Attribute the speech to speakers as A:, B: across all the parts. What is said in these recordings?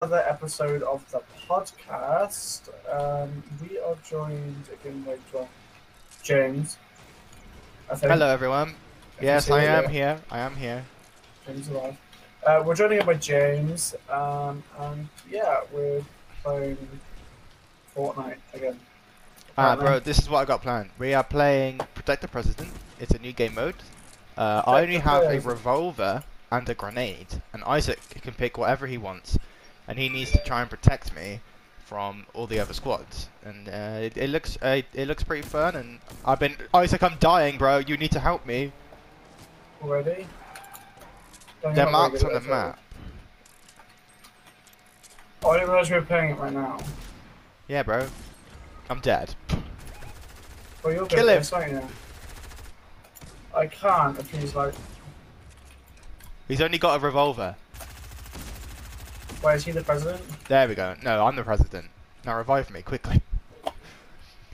A: another episode of the podcast. Um, we are joined again by John James. I think.
B: Hello, everyone.
A: If
B: Yes,
A: he's
B: I
A: here,
B: am
A: yeah.
B: here. I am here.
A: James alive. Uh, we're joined again by James. Um, and yeah, we're playing Fortnite again.
B: Ah,
A: Alright,
B: bro,
A: man.
B: this is what I got planned. We are playing Protect the President. It's a new game mode. Uh,
A: Protect
B: I only
A: the
B: have a
A: President.
B: revolver and a grenade, and Isaac can pick whatever he wants, and he needs to try and protect me from all the other squads. And uh, it, it looks uh, it looks pretty fun. And I've been Isaac, I'm dying, bro. You need to help me.
A: already. Don't
B: They're
A: know
B: marked on
A: whether
B: the
A: it's over.
B: map.
A: Oh, I didn't realize we were playing it right now.
B: Yeah, bro. I'm dead.
A: Well, you're
B: Kill
A: good
B: him.
A: at this, aren't you? I can't if he's like.
B: He's only got a revolver.
A: Wait, is he the president?
B: There we go. No, I'm the president. Now revive me quickly.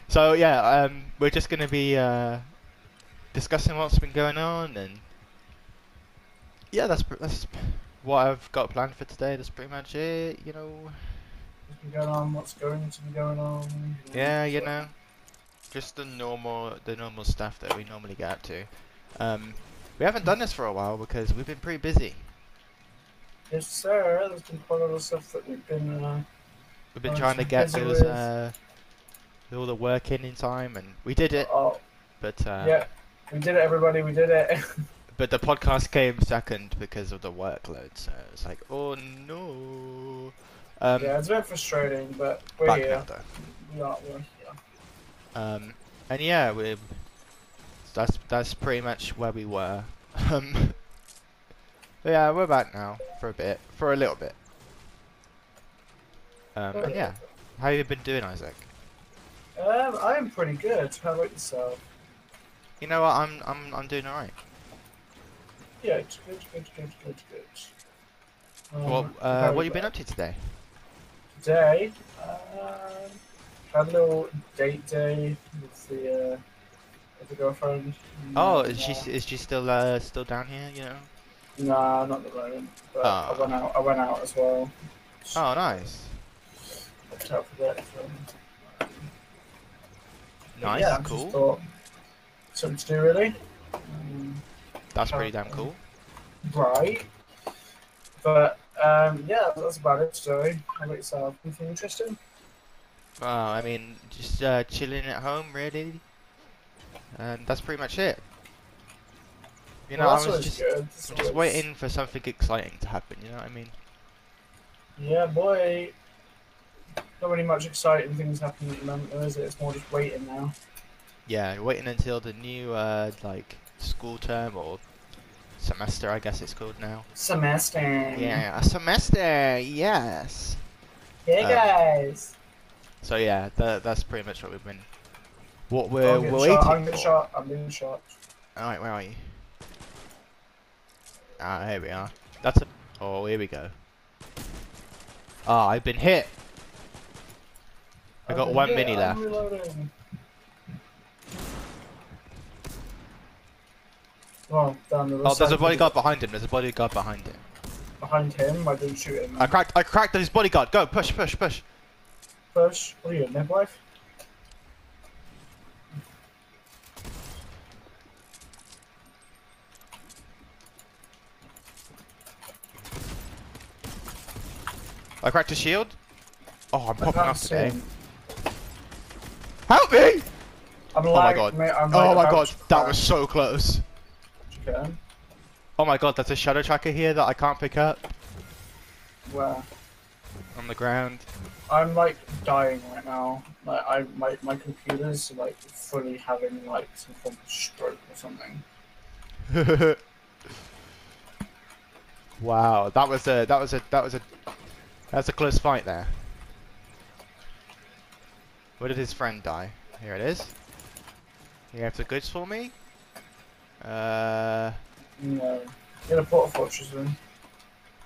B: So yeah, um, we're just gonna be uh, discussing what's been going on, and yeah, that's pr- that's what I've got planned for today. That's pretty much it, you know.
A: What's been going on? What's going to be going on?
B: Yeah, you know, just the normal the normal stuff that we normally get up to. Um, we haven't done this for a while because we've been pretty busy.
A: Yes, sir. There's been quite a lot of stuff that we've been. Uh,
B: We've been
A: Oh,
B: trying to
A: it's
B: get
A: busy
B: those
A: with-
B: uh, all the work in in time, and we did it.
A: oh,
B: But uh,
A: yeah. We did it, everybody. We did it.
B: But the podcast came second because of the workload, so it's like, oh no. Um,
A: yeah, it's a bit frustrating, but we're
B: back now
A: here.
B: though.
A: We are. We're here.
B: Um, and yeah, we. That's that's pretty much where we were. Um, but yeah, we're back now for a bit, for a little bit.
A: Oh,
B: Um, and yeah, how you been doing, Isaac?
A: Um, I'm pretty good. How about yourself?
B: You know what? I'm I'm I'm doing alright.
A: Yeah, it's good, good, good, good, good. Um,
B: What uh,
A: how
B: what you been up to today?
A: today. Um, had a little date day with the uh, with the girlfriend.
B: Oh,
A: and,
B: is she
A: uh,
B: is she still uh, still down here? You know?
A: Nah, not at the moment. But
B: Ah.
A: I went out. I went out as well.
B: Oh, nice,
A: Looked out for that. Um, but
B: nice,
A: yeah, just
B: cool.
A: thought something to do really. Um,
B: That's
A: Uh,
B: pretty damn
A: um,
B: cool.
A: right. But um, yeah, that's about it today. How about yourself? Anything interesting?
B: Uh, I mean, just uh, chilling at home, really. And that's pretty much it. You know,
A: Well, that's
B: I was
A: always
B: just
A: good. That's
B: just
A: always-
B: waiting for something exciting to happen. You know what I mean?
A: Yeah, boy. Not really much exciting things happening at the moment, though, is it? It's more just waiting now.
B: Yeah, waiting until the new uh, like school term or semester, I guess it's called now.
A: Semester.
B: Yeah, a semester. Yes.
A: Hey
B: Um,
A: guys.
B: So yeah, tha that's pretty much what we've been. What
A: Oh,
B: we're
A: I'm getting
B: waiting
A: shot. I'm
B: for.
A: getting shot. I'm getting shot.
B: All right, where are you? Ah, here we are. That's a. Oh, here we go. Ah, I've been hit. I
A: I've
B: got
A: been
B: one
A: hit,
B: mini
A: I'm
B: left.
A: reloading. Well, down the other
B: Oh, there's a
A: side.
B: bodyguard behind him. There's a bodyguard behind him.
A: behind him. I didn't shoot him.
B: I cracked. I cracked his bodyguard. Go push, push, push.
A: Push. What are you, a midwife?
B: I cracked his shield. Oh, I'm
A: I
B: popping
A: can't
B: off
A: see
B: today.
A: him.
B: Help me!
A: I'm
B: my
A: lagged,
B: God.
A: Mate. I'm
B: Oh
A: like
B: my
A: about
B: god,
A: to
B: that
A: crash.
B: was so close.
A: Okay.
B: Oh my god, that's a shadow tracker here that I can't pick up
A: Wow.
B: on the ground.
A: I'm like dying right now. Like I my my computer's like fully having like some form of stroke or something.
B: wow, that was a that was a that was a that was a close fight there. Where did his friend die? Here it is. You have the goods for me. Uh,
A: No. Get a portal fortress in.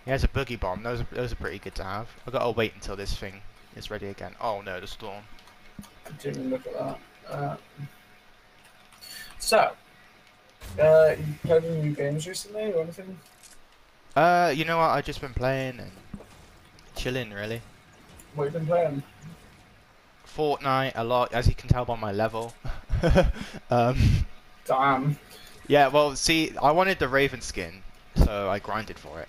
B: he has a boogie bomb. Those are, those are pretty good to have. I gotta wait until this thing is ready again. Oh no, the storm.
A: Didn't even look at that. Uh, so, uh, you played any new games recently or anything?
B: Uh, you know what? I've just been playing and chilling really.
A: What you been playing?
B: Fortnite a lot, as you can tell by my level. um,
A: Damn.
B: yeah, well, see, I wanted the Raven skin, so I grinded for it.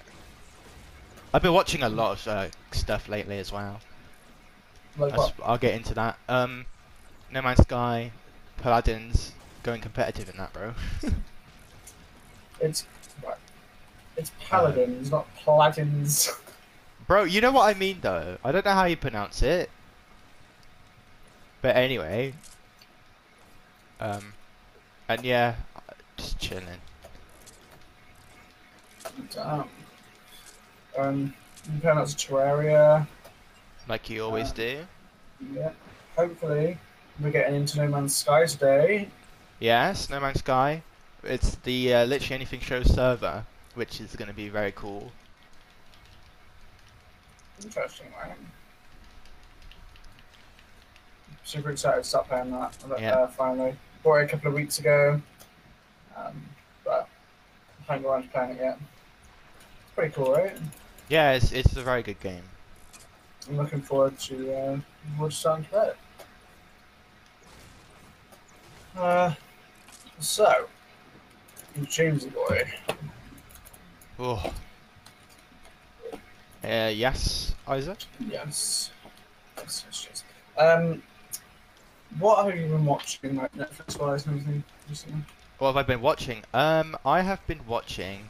B: I've been watching a lot of uh, stuff lately as well.
A: Like
B: That's-
A: what?
B: I'll get into that. Um, no Man's Sky, Paladins, going competitive in that, bro.
A: It's it's paladins, not paladins.
B: Bro, you know what I mean though. I don't know how you pronounce it. But anyway. Um and yeah, just chilling.
A: Damn. Um, you playing that's Terraria.
B: Like you always
A: Um,
B: do.
A: Yeah. Hopefully, we're getting into No Man's Sky today.
B: Yes, No Man's Sky. It's the uh, literally anything show server, which is going to be very cool.
A: Interesting, right? Super excited to start playing that
B: Yeah.
A: uh, finally. Bought it a couple of weeks ago, um, but I haven't got around to playing it yet. It's pretty cool, right?
B: Yeah, it's it's a very good game.
A: I'm looking forward to uh, more starting to play it. Uh, so, Jamesy boy,
B: Oh. Uh, yes, Isaac.
A: yes. Yes, yes, yes. Um, what have you been watching, like Netflix wise and everything recently?
B: What have I been watching? Um, I have been watching.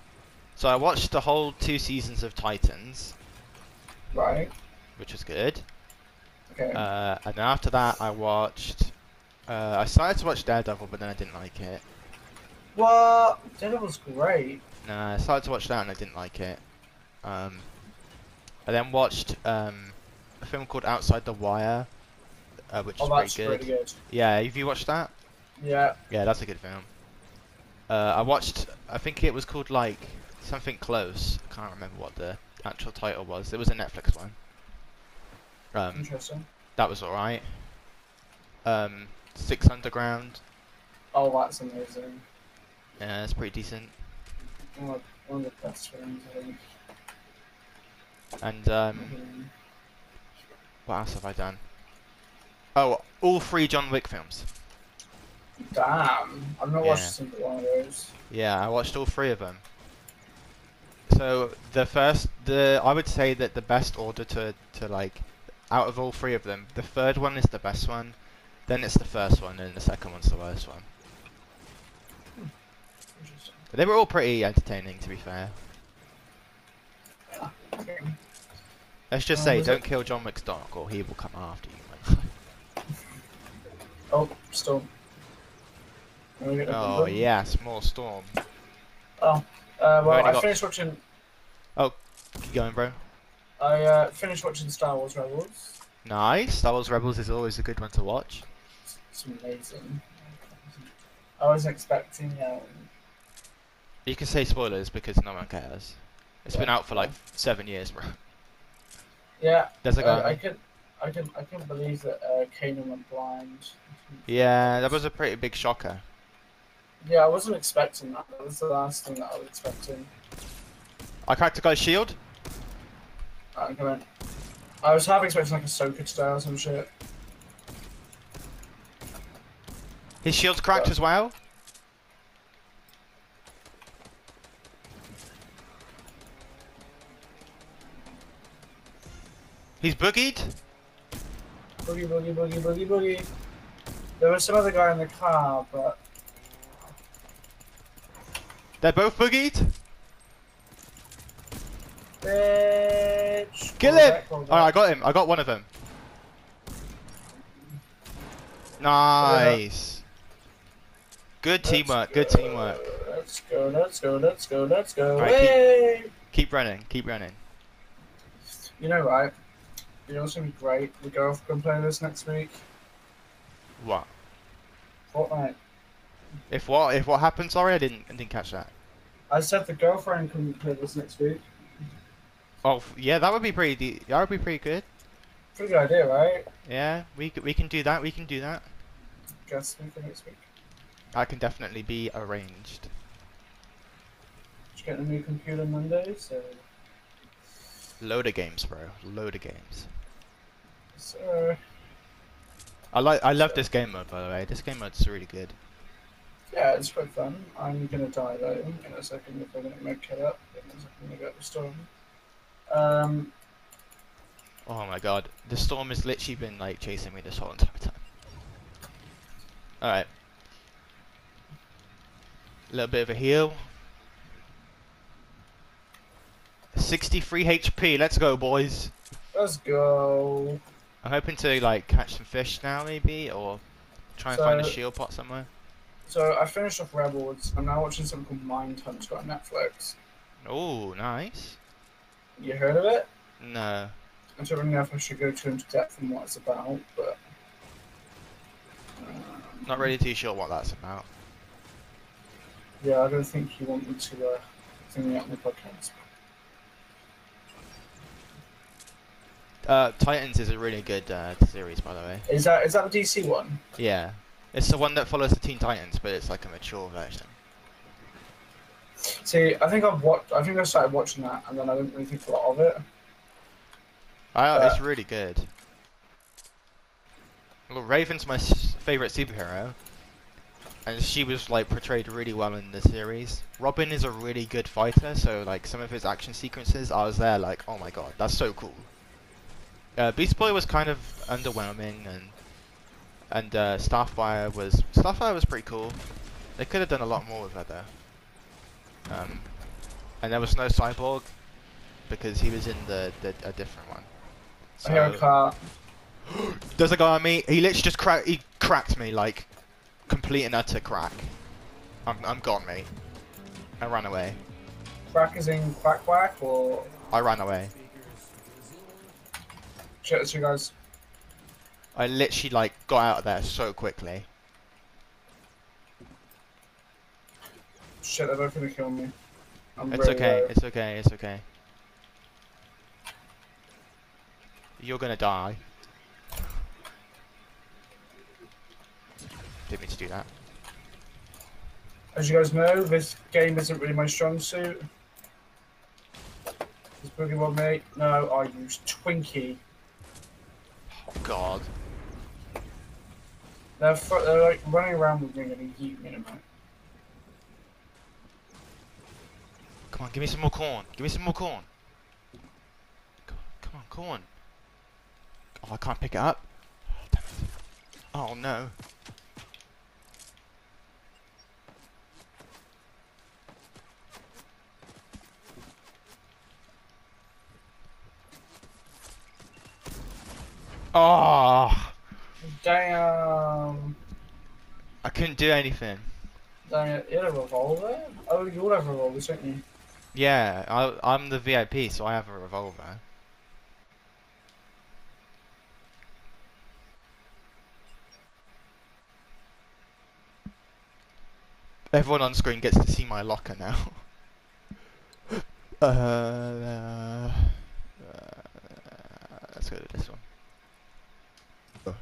B: So I watched the whole two seasons of Titans,
A: Right.
B: which was good.
A: Okay.
B: Uh, and then after that, I watched. Uh, I started to watch Daredevil, but then I didn't like it.
A: What? Daredevil's great.
B: Nah, I started to watch that and I didn't like it. Um, I then watched um, a film called Outside the Wire, uh, which
A: Oh,
B: is
A: that's
B: pretty good.
A: pretty good.
B: Yeah, have you watched that?
A: Yeah.
B: Yeah, that's a good film. Uh, I watched. I think it was called like something close. I can't remember what the actual title was. It was a Netflix one. Um,
A: Interesting.
B: that was alright. Um, Six Underground.
A: Oh, that's amazing.
B: Yeah, it's pretty decent.
A: One of, one of the best films, I think.
B: And um,
A: Mhm.
B: what else have I done? Oh, all three John Wick films.
A: Damn. I've not watched a
B: Yeah.
A: single one of those.
B: Yeah, I watched all three of them. So the first, the I would say that the best order to to like out of all three of them, the third one is the best one, then it's the first one, and the second one's the worst one.
A: Interesting.
B: But they were all pretty entertaining, to be fair.
A: Okay.
B: Let's just
A: Um,
B: say,
A: was
B: don't
A: it-
B: kill John Wick's dog, or he will come after you.
A: Oh, still. Can we get
B: mate.
A: the
B: oh
A: number?
B: yes, more storm.
A: Uh,
B: We've
A: well,
B: only
A: I
B: got-
A: finished watching.
B: Keep going, bro.
A: I uh, finished watching Star Wars Rebels.
B: Nice. Star Wars Rebels is always a good one to watch.
A: It's amazing. I was expecting. Um,
B: You can say spoilers because no one cares. It's been
A: Yeah.
B: out for like seven years, bro.
A: yeah,
B: There's a guy.
A: Uh, Oh, I, I could. I can I couldn't believe that uh, Kanan went blind.
B: Yeah, that was a pretty big shocker.
A: Yeah, I wasn't expecting that. That was the last thing that I was expecting.
B: I cracked a guy's shield.
A: I'm going. I was half expecting like a Soka today or some shit.
B: His shield's cracked as well. He's boogied.
A: Boogie boogie boogie boogie boogie. There was some other guy in the car, but
B: They're both boogied.
A: bitch.
B: Kill
A: Call
B: him.
A: back, call
B: All right, I
A: back.
B: got him. I got one of them. Nice. Good
A: Let's
B: teamwork. Good
A: go,
B: teamwork.
A: Let's go, let's go, let's go, let's go.
B: Right, keep-
A: Hey!
B: Keep running. Keep running.
A: You know, right? You know, it's gonna be great. We go off and play this next week.
B: What?
A: Fortnite.
B: If what? If what happened? Sorry, I didn't. I didn't catch that.
A: I said the girlfriend can play this next week.
B: Oh, f- yeah. That would be pretty. De- that would be pretty good.
A: Pretty good idea, right?
B: Yeah, we c- we can do that. We can do that.
A: Guess we for next week.
B: That can definitely be arranged.
A: Just getting a new computer Monday, so
B: Load of games, bro. Load of games.
A: So
B: I like. I love this game mode, by the way. This game mode's really good.
A: yeah, it's quite fun. I'm gonna die though in a second if I don't make it up. In a second, I'm gonna get the storm. Um,
B: Oh my god, the storm has literally been like chasing me this whole entire time. All right, a little bit of a heal. 63 HP. Let's go, boys.
A: let's go.
B: I'm hoping to like catch some fish now, maybe, or try and find a
A: So-
B: shield pot somewhere.
A: So I finished off Rebels. I'm now watching something called Mindhunter on Netflix.
B: Oh, nice.
A: You heard of it?
B: No.
A: I don't really know if I should go too into depth on what it's about, but um,
B: Not really too sure what that's about.
A: Yeah, I don't think you want me to uh, sing out in the podcast.
B: Uh, Titans is a really good uh, series, by the way.
A: Is that is that the DC one?
B: Yeah, it's the one that follows the Teen Titans, but it's like a mature version.
A: See, I think I've watched. I think I started watching that, and then I didn't really think a lot of it.
B: I,
A: Uh,
B: it's really good. Well, Raven's my s- favorite superhero, and she was like portrayed really well in the series. Robin is a really good fighter, so like some of his action sequences, I was there like, oh my god, that's so cool. Uh, Beast Boy was kind of underwhelming, and and uh, Starfire was Starfire was pretty cool. They could have done a lot more with her though. Um, and there was no Cyborg because he was in the, the a different one.
A: I hear a car.
B: There's a guy on me. He literally just cracked. He cracked me like complete and utter crack. I'm I'm gone, mate. I ran away.
A: Crack is in quack quack, or
B: I ran away.
A: shit, it's you guys.
B: I literally like got out of there so quickly.
A: Shit, they're both gonna kill me. I'm
B: It's
A: really uh,
B: okay.
A: low.
B: It's okay. It's okay. You're gonna die. Didn't mean to do that.
A: As you guys know, this game isn't really my strong suit. Is Boogie Bob me? No, I use Twinkie.
B: Oh God.
A: They're, fr- they're like running around with me and they yeet me in a minute.
B: Come on, give me some more corn. Give me some more corn. Come on, come on corn. Oh, I can't pick it up. Damn it. Oh no. Oh,
A: Damn.
B: I couldn't do anything.
A: Damn, you had a revolver? Oh, you all have revolvers, don't you?
B: Yeah, I, I'm the VIP, so I have a revolver. Everyone on screen gets to see my locker now. uh, uh, let's go to this one.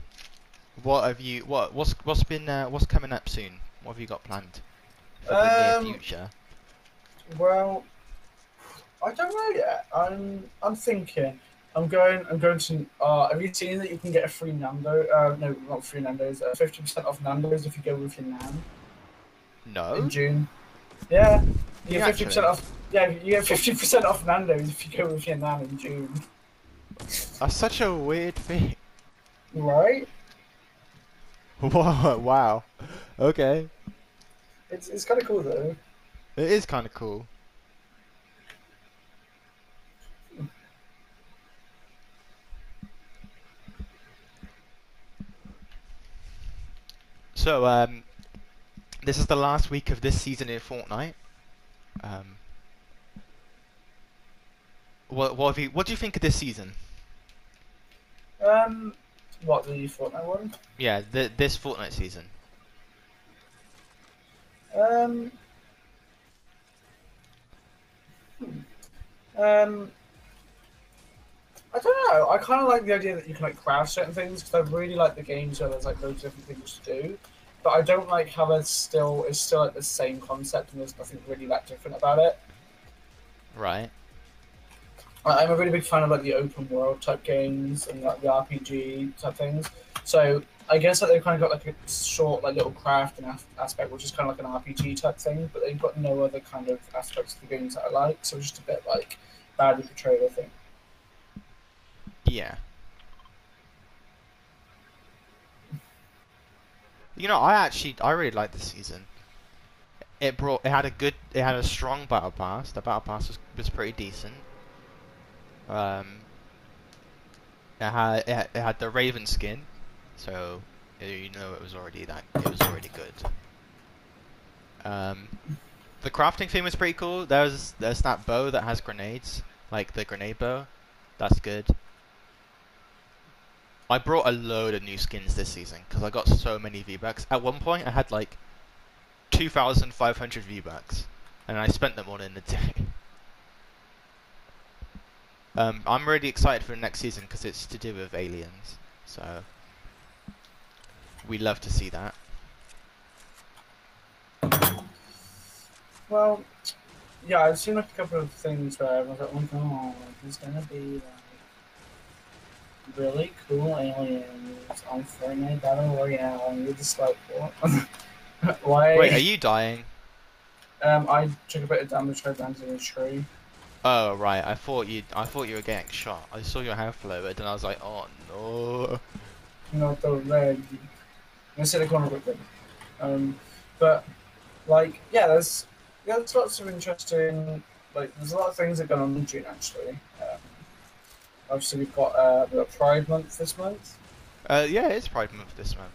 B: What have you? What what's what's been uh, what's coming up soon? What have you got planned for the
A: Um,
B: near future?
A: Well, I don't know yet. I'm I'm thinking. I'm going. I'm going to. Uh, have you seen that you can get a free Nando? Uh, no, not free Nando's. uh, Fifty percent off Nando's if you go with your nan
B: No.
A: in June. Yeah, you get
B: Yeah,
A: fifty percent
B: Oh. actually.
A: off. Yeah, you get fifty percent off Nando's if you go with your nan in June.
B: That's such a weird thing.
A: Right?
B: Whoa, wow. Okay.
A: It's it's kind of cool though.
B: It is kind of cool. So, um, this is the last week of this season in Fortnite. Um, what, what, have you, what do you think of this season?
A: Um, what the Fortnite one?
B: Yeah, th- this Fortnite season.
A: Um. hmm. Um. I don't know. I kind of like the idea that you can like craft certain things because I really like the games where there's like loads of different things to do. But I don't like how there's still it's still like the same concept and there's nothing really that different about it.
B: Right.
A: I- I'm a really big fan of like the open world type games and like the RPG type things. So I guess that they've kind of got like a short like little craft and af- aspect, which is kind of like an RPG type thing. But they've got no other kind of aspects of the games that I like. So it's just a bit like badly portrayed, I think.
B: Yeah. You know, I actually I really liked this season. It brought it had a good it had a strong battle pass. The battle pass was, was pretty decent. Um it had, it had it had the Raven skin, so uh, you know it was already that it was already good. Um the crafting thing was pretty cool. There's there's that bow that has grenades, like the grenade bow. That's good. I brought a load of new skins this season because I got so many V Bucks. At one point, I had like 2,500 V Bucks, and I spent them all in a day. Um, I'm really excited for the next season because it's to do with aliens, so we love to see that.
A: Well, yeah, I've seen like a couple of things where I was like, oh my god, there's gonna be like really cool aliens on Fortnite Battle Royale, and you're just like, what? Why?
B: Wait, are you dying?
A: um, I took a bit of damage by landing in a tree.
B: Oh right, I thought you I thought you were getting shot. I saw your health low, but then I was like, oh no.
A: not the leg. Let's say the corner quickly. Um, but like, yeah, there's yeah, there's lots of interesting like there's a lot of things that go on in June actually. Um, obviously we've got uh, we've got Pride Month this month.
B: Uh, yeah, it's Pride Month this month.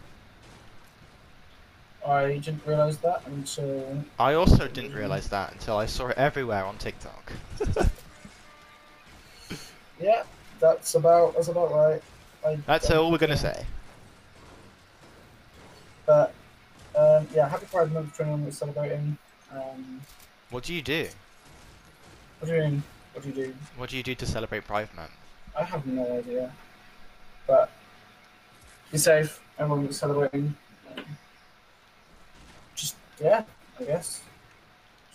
A: I didn't realise that until
B: I also didn't realize that until I saw it everywhere on TikTok.
A: yeah, that's about that's about right. I,
B: That's all we're gonna say.
A: But um, yeah, happy Pride Month to anyone that's celebrating. Um,
B: What do you do?
A: what do you mean? What do you do?
B: What do you do to celebrate Pride Month?
A: I have no idea. But be safe. Everyone was celebrating. Um, Just yeah, I guess.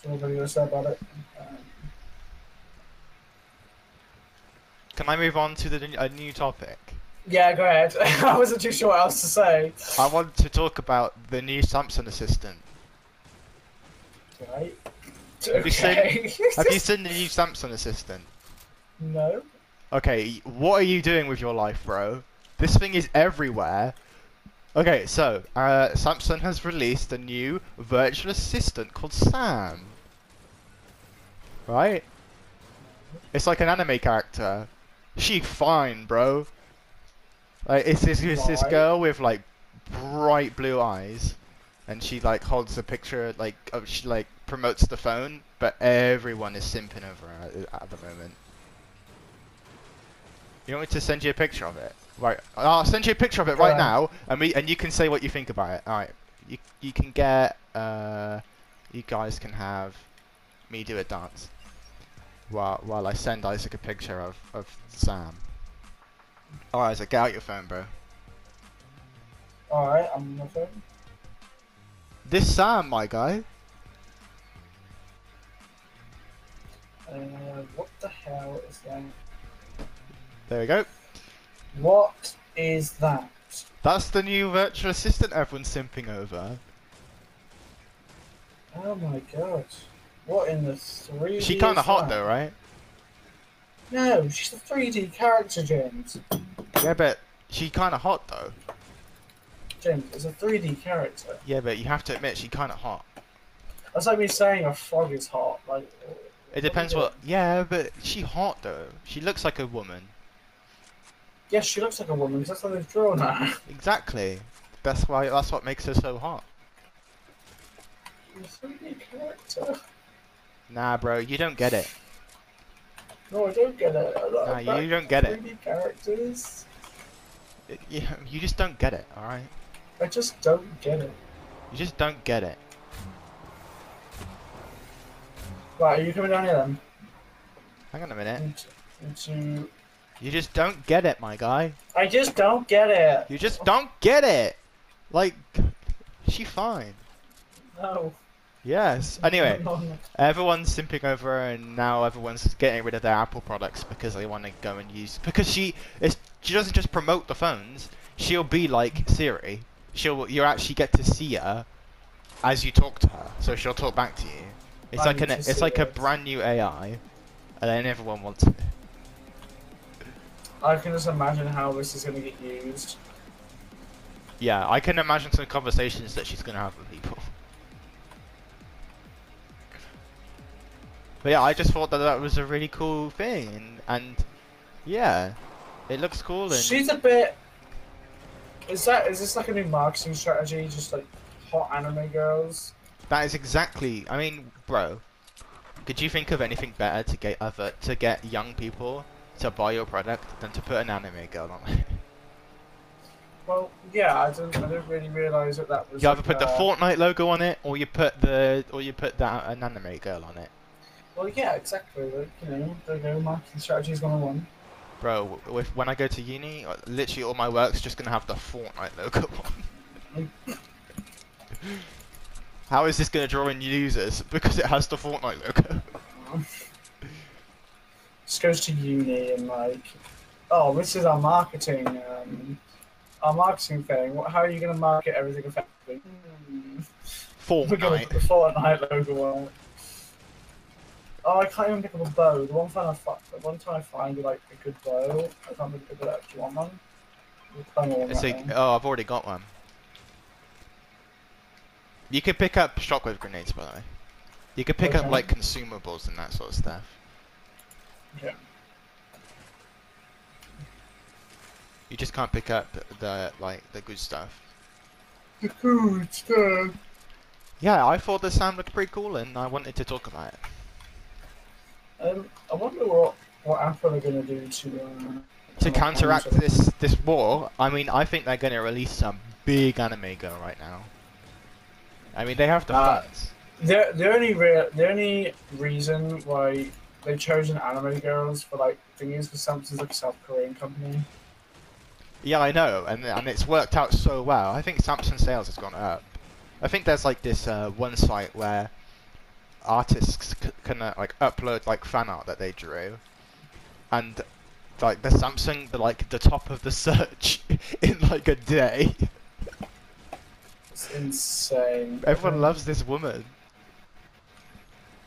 A: So nobody to say about it. Um,
B: Can I move on to the a new topic?
A: yeah, go ahead. I wasn't too sure what else to say.
B: I want to talk about the new Samsung assistant.
A: Right.
B: you seen-
A: Okay.
B: Have you seen the new Samsung assistant?
A: no.
B: Okay, what are you doing with your life, bro? This thing is everywhere. Okay, so uh, Samsung has released a new virtual assistant called Sam. Right? It's like an anime character. She fine, bro. Like it's this it's this
A: Right.
B: girl with like bright blue eyes, and she like holds a picture like of, she like promotes the phone, but everyone is simping over her at, at the moment. You want me to send you a picture of it? Right, I'll send you a picture of it right
A: Alright.
B: now, and we and you can say what you think about it. All right, you you can get uh, you guys can have me do a dance while while I send Isaac a picture of of Sam. All right, Isaac, get out your phone, bro.
A: All right, I'm on my phone.
B: This Sam, my guy.
A: Uh, what the hell is that?
B: There we go.
A: What is that?
B: That's the new virtual assistant everyone's simping over.
A: Oh my god. What in the three?
B: She kind of hot though, right?
A: No, she's a 3D character, James.
B: Yeah, but she kind of hot though.
A: James, it's a 3D character.
B: Yeah, but you have to admit she kind of hot.
A: That's like me saying a frog is hot. Like,
B: It depends what. Yeah, but she hot though. She looks like a woman.
A: Yes, she looks like a woman. 'cause That's how they've drawn her.
B: Exactly. That's why. That's what makes her so hot.
A: She's a 3D character.
B: Nah, bro, you don't get it.
A: No, I don't get it. I'm not
B: Nah,
A: a fan
B: you
A: of
B: don't get it.
A: 3D characters.
B: It- You, you just don't get it. All right.
A: I just don't get it.
B: You just don't get it.
A: Right, are you coming down here then?
B: Hang on a minute.
A: Into, into...
B: You just don't get it, my guy.
A: I just don't get it. Oh,
B: You just don't get it. Like, she fine.
A: No.
B: Yes. Anyway,
A: None.
B: everyone's simping over her, and now everyone's getting rid of their Apple products because they want to go and use. Because she is, she doesn't just promote the phones. She'll be like Siri. She'll you will actually get to see her as you talk to her, so she'll talk back to you. It's
A: I
B: like
A: need
B: an
A: to see
B: it's like a
A: this.
B: brand new AI, and then everyone wants it.
A: I can just imagine how this is going to get used.
B: Yeah, I can imagine some conversations that she's gonna have with people. But yeah, I just thought that that was a really cool thing, and, and yeah, it looks cool. And
A: She's a bit. Is that is this like a new marketing strategy? Just like hot anime girls.
B: that is exactly. I mean, bro, could you think of anything better to get other to get young people to buy your product than to put an anime girl on it?
A: Well, yeah, I didn't. I didn't really realize that that was.
B: You either
A: like,
B: put the
A: uh,
B: Fortnite logo on it, or you put the or you put that an anime girl on it.
A: Well, yeah, exactly. Like you know, there you go. Marketing strategies one on one.
B: Bro, w- if, when I go to uni, uh, literally all my work's just gonna have the Fortnite logo on. How is this gonna draw in users? Because it has the Fortnite logo.
A: Just goes to uni and like, oh, this is our marketing. Um, our marketing thing. What, how are you going to market everything effectively? Hmm. We're going to put the
B: Fortnite.
A: Fortnite logo on it. Oh, I can't even pick up a bow. The one time I, fi- the one time I find like a good bow, I can't really pick it up. Do you want one? We'll find one
B: It's
A: right
B: like,
A: now.
B: oh, I've already got one. You could pick up shockwave grenades, by the way. You could pick up
A: Okay.
B: like consumables and that sort of stuff.
A: Okay.
B: You just can't pick up the like the good stuff.
A: Ooh, it's good.
B: Yeah, I thought the sound looked pretty cool, and I wanted to talk about it.
A: Um, I wonder what what Apple are going to do to uh,
B: To counteract this this war, I mean, I think they're going to release some big anime girl right now. I mean, they have the
A: Uh,
B: funds.
A: The the only re- the only reason why they chose an anime girls for like thing is because Samsung's like a South Korean company.
B: Yeah, I know, and and it's worked out so well. I think Samsung sales has gone up. I think there's like this uh, one site where artists c- can uh, like upload like fan art that they drew, and like the Samsung, the like the top of the search in like a day.
A: It's insane.
B: Everyone loves this woman.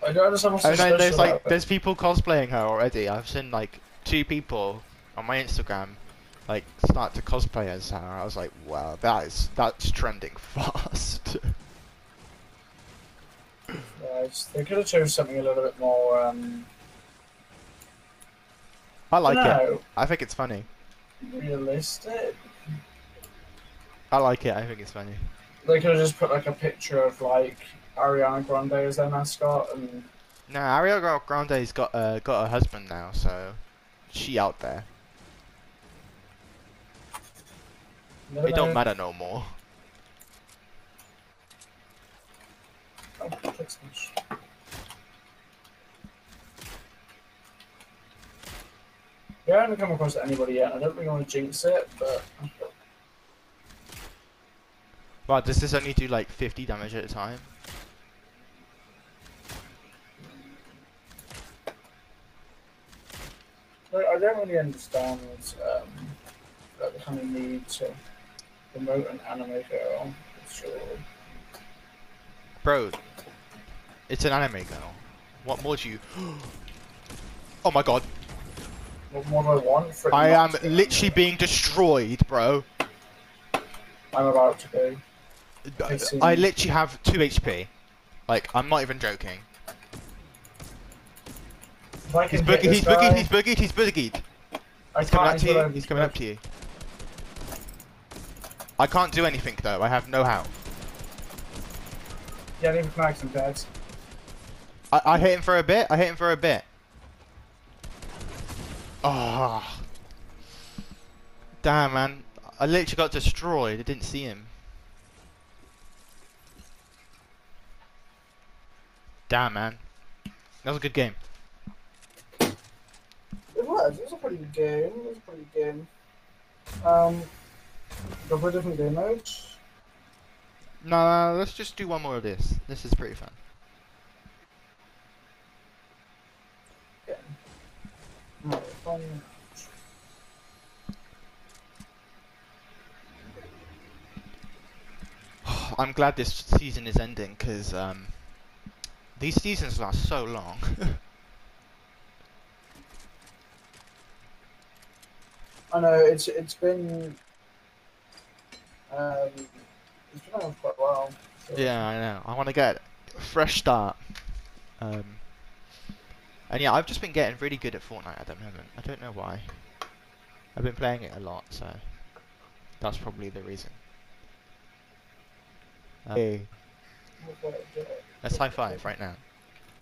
A: I don't understand what's so
B: And then
A: special
B: there's like
A: about it.
B: there's people cosplaying her already. I've seen like two people on my Instagram like start to cosplay as her. I was like, wow, that is that's trending fast.
A: Yeah, it's- they could have chose something a little bit more. Um,
B: I like it.
A: no,
B: I think it's funny.
A: realistic.
B: I like it. I think it's funny.
A: They could have just put like a picture of like Ariana Grande as their mascot, and
B: No, Ariana Grande's got uh, got a husband now, so she out there.
A: never
B: It don't
A: know.
B: matter no more.
A: Oh, click smash. Yeah, I haven't come across anybody yet. I don't really want to jinx it, but
B: Wow, does this only do like 50 damage at a time?
A: like, I don't really understand um, like the kind of need to promote an anime girl. Sure.
B: Bro, it's an anime girl. What more do you? oh my god,
A: What more do I want? For it
B: I
A: not
B: am
A: to be an
B: literally
A: anime?
B: being destroyed, bro.
A: I'm about to be. I see.
B: I literally have two HP. Like, I'm not even joking.
A: If I can
B: He's
A: hit
B: boogied,
A: this
B: he's boogied,
A: guy,
B: he's boogied, he's boogied.
A: I
B: He's coming
A: can't
B: up to
A: until
B: you.
A: I'm-
B: He's coming up to you. I can't do anything though. I have no health.
A: Yeah, I need to connect him, Dad.
B: I, I hit him for a bit. I hit him for a bit. Ah. Damn, man. I literally got destroyed. I didn't see him. Damn, man. That was a good game.
A: It was. It was a pretty good game. It was a pretty good game. Um, but we're different game modes.
B: No, let's just do one more of this. This is pretty fun.
A: Right, if I-
B: I'm glad this season is ending because um, these seasons last so long.
A: I know Oh, it's it's been um, it's been around quite a while. so-
B: yeah, I know. I want to get a fresh start. Um, and yeah, I've just been getting really good at Fortnite at the moment. I don't know why. I've been playing it a lot, so that's probably the reason. Um,
A: Okay, yeah,
B: Let's high five right now.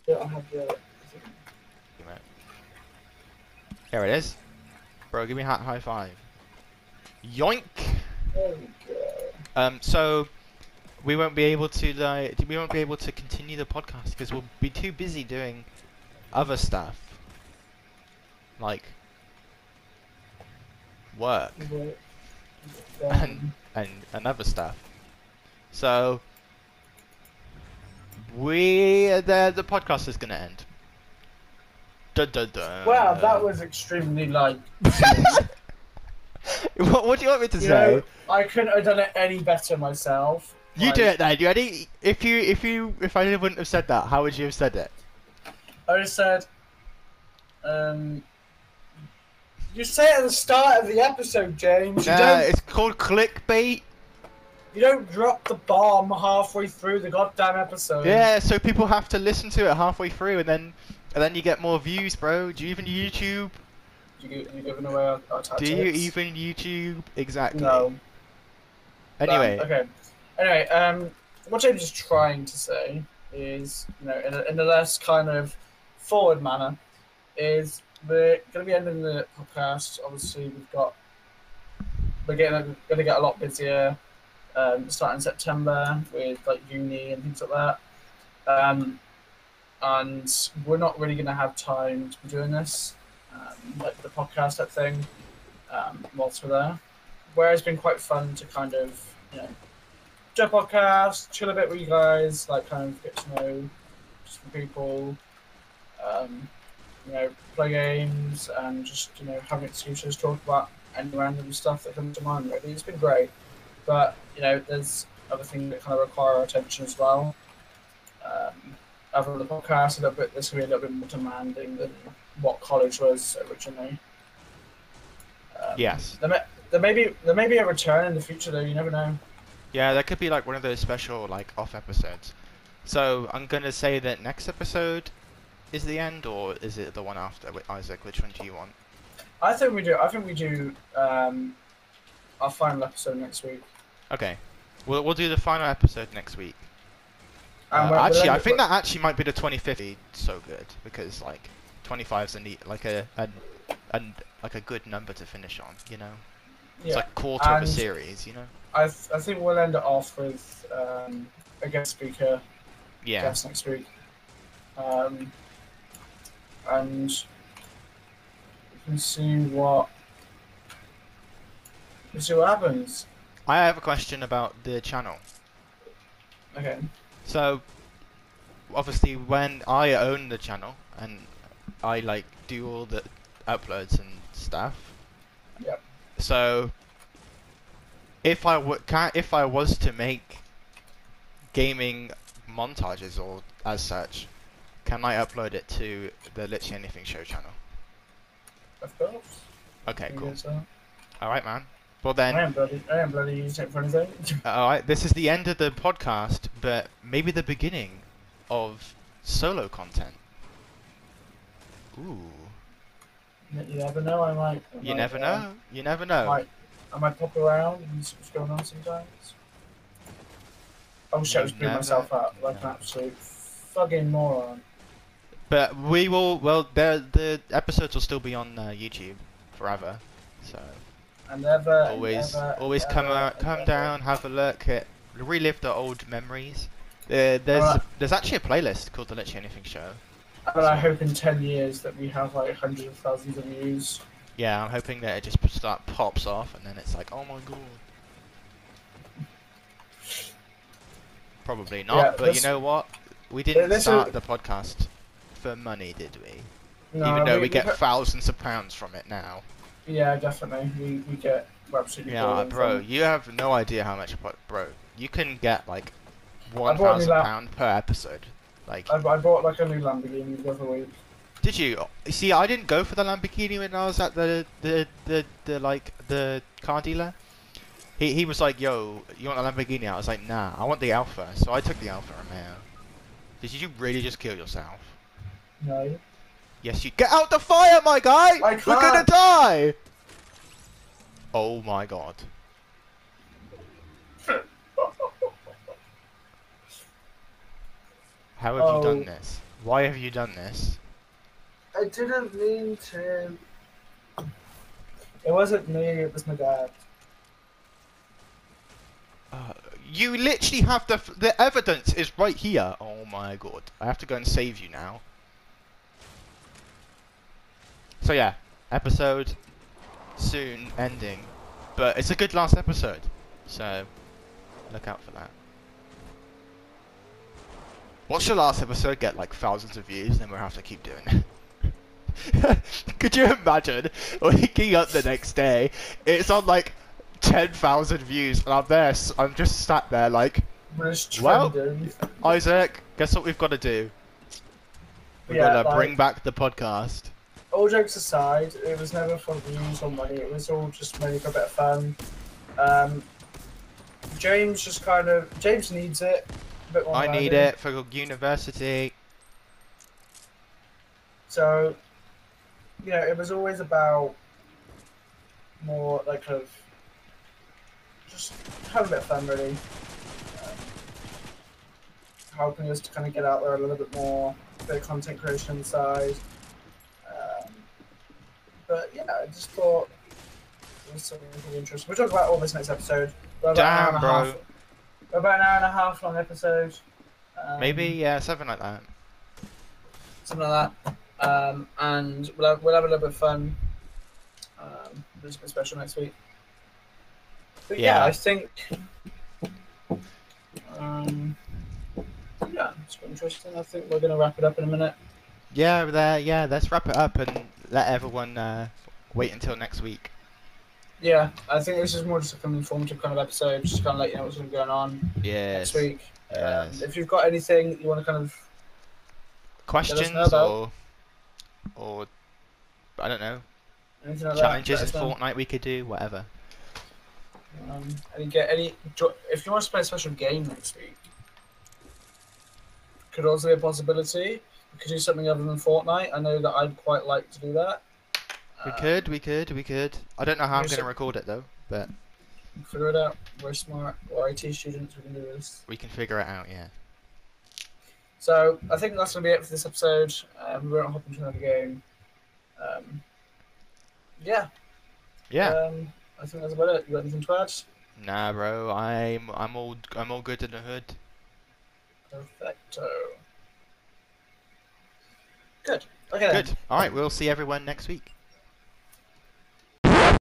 A: yeah, I have the.
B: You know. There it is. Bro, give me a hi- high five. Yoink!
A: There we go.
B: Um, so we won't be able to like we won't be able to continue the podcast because we'll be too busy doing other stuff, like work
A: Right.
B: and and, and other stuff. So we the the podcast is gonna end. Dun, dun, dun.
A: Wow, that was extremely like.
B: what, what do you want me to
A: You
B: say?
A: know, I couldn't have done it any better myself.
B: you
A: Like,
B: do it then. You ready? If you if you if I wouldn't have said that, how would you have said it?
A: I just said, um, you say it at the start of the episode, James. You,
B: Nah,
A: don't,
B: it's called clickbait.
A: you don't drop the bomb halfway through the goddamn episode.
B: Yeah, so people have to listen to it halfway through, and then and then you get more views, bro. Do you even YouTube?
A: You, you're giving away our, our
B: Do
A: tactics.
B: you even YouTube? Exactly.
A: No.
B: Anyway,
A: Um, okay. Anyway, um, what James is trying to say is, you know, in a, in a less kind of forward manner, is we're going to be ending the podcast. Obviously, we've got we're getting going to get a lot busier. Um, starting September with like uni and things like that, um, and we're not really going to have time to be doing this, um, like the podcast type thing, um, whilst we're there where it's been quite fun to kind of you know do a podcast, chill a bit with you guys, like kind of get to know some people, um, you know, play games and just you know having excuses to talk about any random stuff that comes to mind. Really, it's been great, but you know, there's other things that kind of require our attention as well. Um, other than the podcast, a little bit this will be a little bit more demanding than what college was originally. Um,
B: yes,
A: there may, there may be there may be a return in the future though. You never know.
B: yeah, that could be like one of those special like off episodes. So I'm gonna say that next episode is the end, or is it the one after? Wait, Isaac, which one do you want?
A: I think we do. I think we do um, our final episode next week.
B: Okay, we'll we'll do the final episode next week.
A: And
B: Uh,
A: we'll- we'll
B: actually,
A: end
B: I
A: it
B: think
A: with-
B: that actually might be the 25th. So good because like 25's a neat, like a, a, a like a good number to finish on. You know,
A: yeah.
B: it's like quarter of a
A: And-
B: series. You know.
A: I, th- I think we'll end it off with um, a guest speaker
B: Yeah.
A: guest next week, um, and we can see what we can see what happens.
B: I have a question about the channel.
A: Okay.
B: So, obviously, when I own the channel and I like do all the uploads and stuff.
A: Yep.
B: So, if I w- can, if I was to make gaming montages or as such, can I upload it to the Literally Anything Show channel?
A: Of course.
B: Okay, cool.
A: Yes, uh,
B: All right, man. Well
A: I
B: then.
A: am bloody. I am bloody using it for anything.
B: Alright, this is the end of the podcast, but maybe the beginning of solo content. Ooh.
A: you never know. I might. I
B: You
A: might,
B: never
A: uh,
B: know. You never
A: I
B: know.
A: might, I might pop around and see what's going on sometimes. Oh shit, I was beating
B: Never-
A: myself up like an absolute fucking moron.
B: But we will, well, the, the episodes will still be on uh, YouTube forever. So
A: And ever, and
B: always
A: ever, and
B: always come
A: ever,
B: out,
A: and
B: come
A: ever.
B: down, have a look at, relive the old memories. Uh, there's
A: Alright.
B: there's actually a playlist called the Literally Anything Show.
A: And I hope in ten years that we have like hundreds of thousands of views.
B: Yeah, I'm hoping that it just start pops off and then it's like, oh my god. Probably not,
A: Yeah,
B: but you
A: this-
B: know what? We didn't
A: this is-
B: start the podcast for money, did we?
A: No,
B: even though we, get
A: put-
B: thousands of pounds from it now.
A: yeah, definitely. We, we get Web Studio.
B: Yeah,
A: Gold
B: bro,
A: from-
B: you have no idea how much, but bro, you can get like
A: bought
B: one
A: me
B: thousand
A: that.
B: pound per episode. Like,
A: I, I bought like a new Lamborghini the other week.
B: did you you see? I didn't go for the Lamborghini when I was at the the the, the like the car dealer. He, he was like, "Yo, you want a Lamborghini?" I was like, "Nah, I want the Alpha." So I took the Alpha Romeo. Did you really just kill yourself?
A: No.
B: Yes, you get out the fire, my guy.
A: I
B: We're gonna
A: can't.
B: die. Oh my god. How have you
A: Oh.
B: done this? Why have you done this?
A: I didn't mean to. It wasn't me, it was my dad.
B: Uh, you literally have the f- the evidence is right here. Oh my god! I have to go and save you now. So yeah, episode soon ending, but it's a good last episode. So look out for that. Watch the last episode get like thousands of views, and then we'll have to keep doing it. Could you imagine waking up the next day? It's on like ten thousand views, and I'm there. s- I'm just sat there like
A: But it's
B: Well,
A: trending.
B: Isaac. Guess what we've got to do? We've
A: Yeah,
B: got to
A: like-
B: bring back the podcast.
A: all jokes aside, it was never for views or money. It was all just made for a bit of fun. Um, James just kind of James needs it. A bit more
B: I
A: than
B: need
A: do.
B: it for university.
A: So, you know, it was always about more like of just having a bit of fun, really. Um, helping us to kind of get out there a little bit more, bit of content creation side. Um, but yeah, I just thought it was something really interesting. We'll talk about all this next episode. We're about an hour
B: Damn,
A: and a
B: bro.
A: half. We're about an hour and a half long episode. Um,
B: Maybe yeah, something like that.
A: something like that. Um, and we'll have, we'll have a little bit of fun. Um, there's a bit special next week. But yeah,
B: Yeah.
A: I think. Um, yeah, it's quite interesting. I think we're going to wrap it up in a minute.
B: Yeah, there. Yeah, let's wrap it up and let everyone uh, wait until next week.
A: Yeah, I think this is more just like an informative kind of episode, just kind of let you know what's been going on
B: Yes.
A: next week. Um,
B: Yes.
A: If you've got anything that you want to kind of Let us
B: Questions
A: know
B: or or I don't know
A: anything like
B: challenges in
A: that, let us know.
B: Fortnite we could do whatever.
A: Um, and get any. jo- If you want us to play a special game next week, could also be a possibility. We could do something other than Fortnite. I know that I'd quite like to do that.
B: We
A: Uh,
B: could, we could, we could. I don't know how I'm
A: There's
B: going to
A: a-
B: record it though, but
A: Um, Figure it out. We're smart. We're IT students. We can do this.
B: we can figure it out. Yeah.
A: So I think that's gonna be it for this episode. Um, we won't hop into another game. Um, yeah.
B: Yeah.
A: Um, I think that's about it. You got anything to add?
B: Nah, bro. I'm I'm all I'm all good in the hood.
A: Perfecto. Good. Okay. then.
B: Good. All right. We'll see everyone next week.